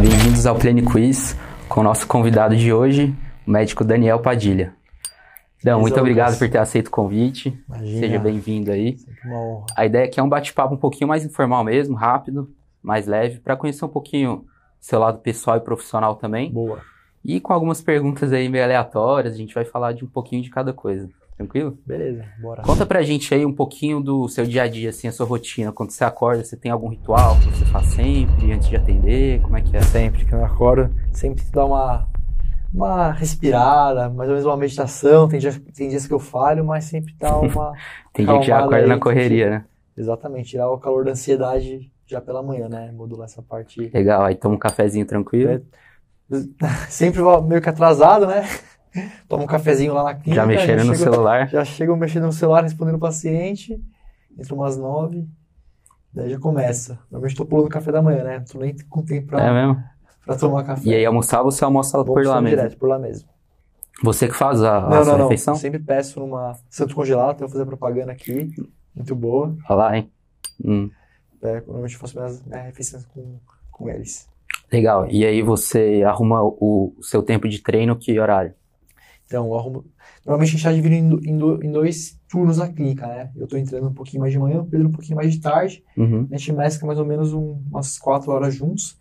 bem-vindos ao Plane Quiz com o nosso convidado de hoje, o médico Daniel Padilha. Dan, muito Beleza, obrigado Lucas. por ter aceito o convite. Imagina. Seja bem-vindo aí. Sempre uma honra. A ideia aqui é um bate-papo um pouquinho mais informal mesmo, rápido, mais leve, para conhecer um pouquinho seu lado pessoal e profissional também. Boa. E com algumas perguntas aí meio aleatórias, a gente vai falar de um pouquinho de cada coisa. Tranquilo? Beleza, bora. Conta pra gente aí um pouquinho do seu dia a dia, assim, a sua rotina. Quando você acorda, você tem algum ritual que você faz sempre antes de atender? Como é que é? Sempre que eu acordo, sempre dá uma, uma respirada, mais ou menos uma meditação. Tem, dia- tem dias que eu falho, mas sempre dá uma. Tem dia que já Acalmada acorda na aí, correria, né? Exatamente, tirar o calor da ansiedade já pela manhã, né? Modular essa parte. Legal, aí toma um cafezinho tranquilo. É, Sempre vou meio que atrasado, né? Tomo um cafezinho lá na clínica. já mexendo no chego- celular. Já chego mexendo no celular, respondendo o paciente. Entre umas nove. Daí já começa. Normalmente tô pulando o café da manhã, né? Não tô nem com tempo pra, É mesmo? pra tomar café. E aí almoçar, você almoça Vou por lá opção mesmo. direto, por lá mesmo. Você que faz a, a sua não, não, não. refeição? Sempre peço numa Santo Congelado, até vou fazer propaganda aqui. Muito boa. Olha lá, hein? Hum, É, normalmente eu faço minhas, minhas refeições com, com eles. legal. E aí você arruma o, o seu tempo de treino, que horário? Então, eu arrumo. Normalmente a gente está dividindo em, do- em dois turnos na clínica, né? Eu tô entrando um pouquinho mais de manhã, o Pedro um pouquinho mais de tarde. Uhum. A gente mescla mais ou menos um- umas quatro horas juntos.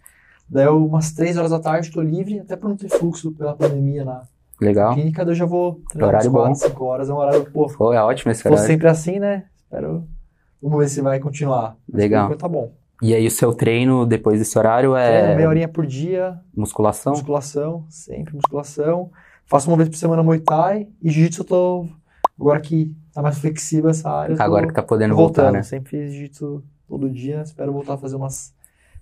Daí, eu, umas três horas da tarde, estou livre, até para não ter fluxo pela pandemia na Legal. clínica. Daí, eu já vou treinar Tá. Horário umas bom. quatro, cinco horas. É um horário, pô, Pô, é ótimo esse Foi horário. sempre assim, né? Espero. Vamos ver se vai continuar. Mas por Legal. enquanto Tá bom. E aí o seu treino depois desse horário Treino meia é então horinha por dia, musculação? musculação, sempre musculação. Faço uma vez por semana Muay Thai e Jiu-Jitsu eu tô. Agora que tá mais flexível essa área. eu tô Agora que tá podendo voltar, voltando. né? Sempre fiz Jiu-Jitsu todo dia, espero voltar a fazer umas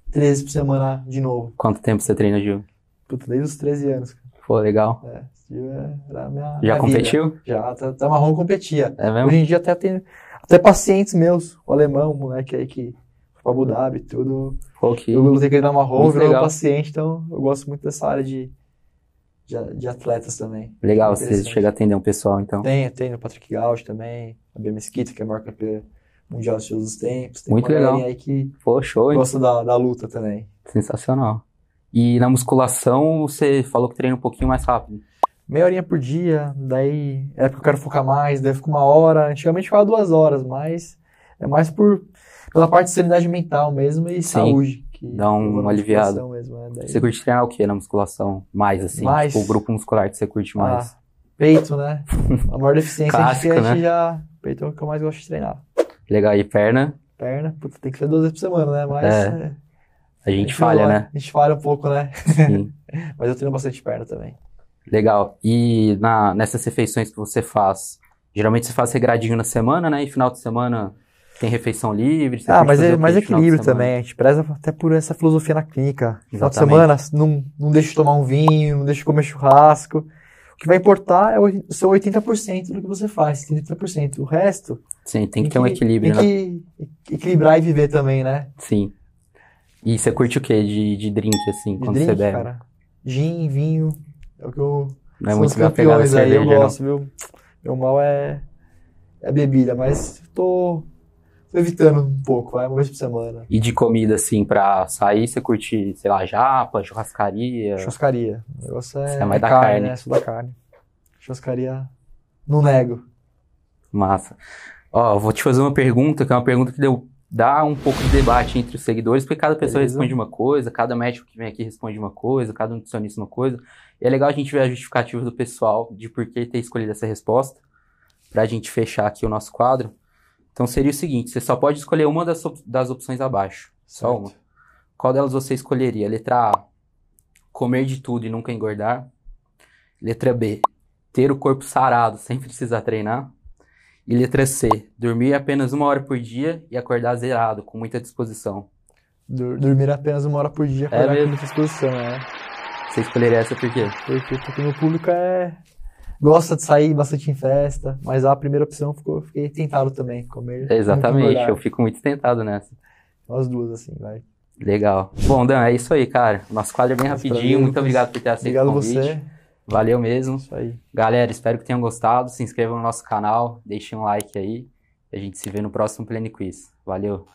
três vezes por semana de novo. Quanto tempo você treina, Gil? Puta, desde os 13 anos. cara. Pô, legal. É, esse dia era a minha. Já minha competiu? vida. Já, até, até marrom competia. É mesmo? Hoje em dia até tem até pacientes meus, o alemão, o moleque aí que foi pra Abu Dhabi, e tudo. Pô, que... Eu lutei com ele na marrom, Muito virou meu legal. paciente, então eu gosto muito dessa área de, de, de atletas também. Legal, você Interessante. chega a atender um pessoal, então. Tem, tem o Patrick Gauch também, a Bia Mesquita, que é a maior campeã mundial de todos os tempos. Tem Muito uma legal. galerinha aí que Pô, show, hein? gosta da, da luta também. Sensacional. E na musculação, você falou que treina um pouquinho mais rápido. Meia horinha por dia, daí é porque eu quero focar mais, daí fica uma hora. Antigamente ficava duas horas, mas é mais por pela parte de sanidade mental mesmo e saúde. Que dá um eu vou na aliviado. musculação Mesmo, né? Daí- Você curte treinar o que na musculação? Mais, assim, Mais. tipo, o grupo muscular que você curte mais. Ah, peito, né? A maior deficiência Clássico, que a gente né? já. Peito é o que eu mais gosto de treinar. Legal, e perna, Perna, puta, tem que ser duas vezes por semana, né? Mas. É, é, a gente não falha, vai- né? A gente falha um pouco, né? Sim. Mas eu treino bastante perna também. Legal. E na, nessas refeições que você faz, geralmente você faz regradinho na semana, né? E final de semana tem refeição livre. Você Ah, curte mas fazer é o quê mais de final de equilíbrio semana? também. A gente preza até por essa filosofia na clínica. Final de semana, Exatamente. não, não deixa de tomar um vinho, não deixa de comer churrasco. O que vai importar é o seu 80% do que você faz, 30%. O resto. Sim, tem que ter um equilíbrio, né? Tem que equilibrar e viver também, né? Sim. E você curte o quê de, de drink, assim, De quando drink, você bebe? cara. Gin, vinho. É o que eu. Não é são muito os da pegada campeões aí, eu cerveja, não. gosto, viu? Meu mal é. É bebida, mas tô. tô evitando um pouco, vai, uma vez por semana. E de comida, assim, pra sair, você curte, sei lá, japa, churrascaria. Churrascaria. O negócio é. Você é mais da carne. né? Sou da carne. Churrascaria. Não nego. Massa. Ó, vou te fazer uma pergunta, que é uma pergunta que deu, dá um pouco de debate entre os seguidores, porque cada pessoa Beleza. responde uma coisa, cada médico que vem aqui responde uma coisa, cada nutricionista uma coisa. E é legal a gente ver a justificativa do pessoal de por que ter escolhido essa resposta, pra gente fechar aqui o nosso quadro. Então seria o seguinte: você só pode escolher uma das, op- das opções abaixo. Só uma. Qual delas você escolheria? Letra A, comer de tudo e nunca engordar. Letra B, ter o corpo sarado sem precisar treinar. E letra C, dormir apenas uma hora por dia e acordar zerado, com muita disposição. Dur- dormir apenas uma hora por dia, acordar É mesmo? com muita exposição, né? Você escolheria essa por quê? Porque, porque meu público é. Gosta de sair bastante em festa, mas a primeira opção ficou, fiquei tentado também, comer. muito Exatamente, engordar. eu fico muito tentado nessa. As duas, assim, vai. Legal. Bom, Dan, é isso aí, cara. Nosso quadro é bem Mas pra rapidinho. mim, Muito Lucas, obrigado por ter aceito Obrigado o convite. você. É Valeu mesmo. Isso aí. Galera, espero que tenham gostado. Se inscrevam no nosso canal, deixem um like aí. A gente se vê no próximo Plane Quiz. Valeu!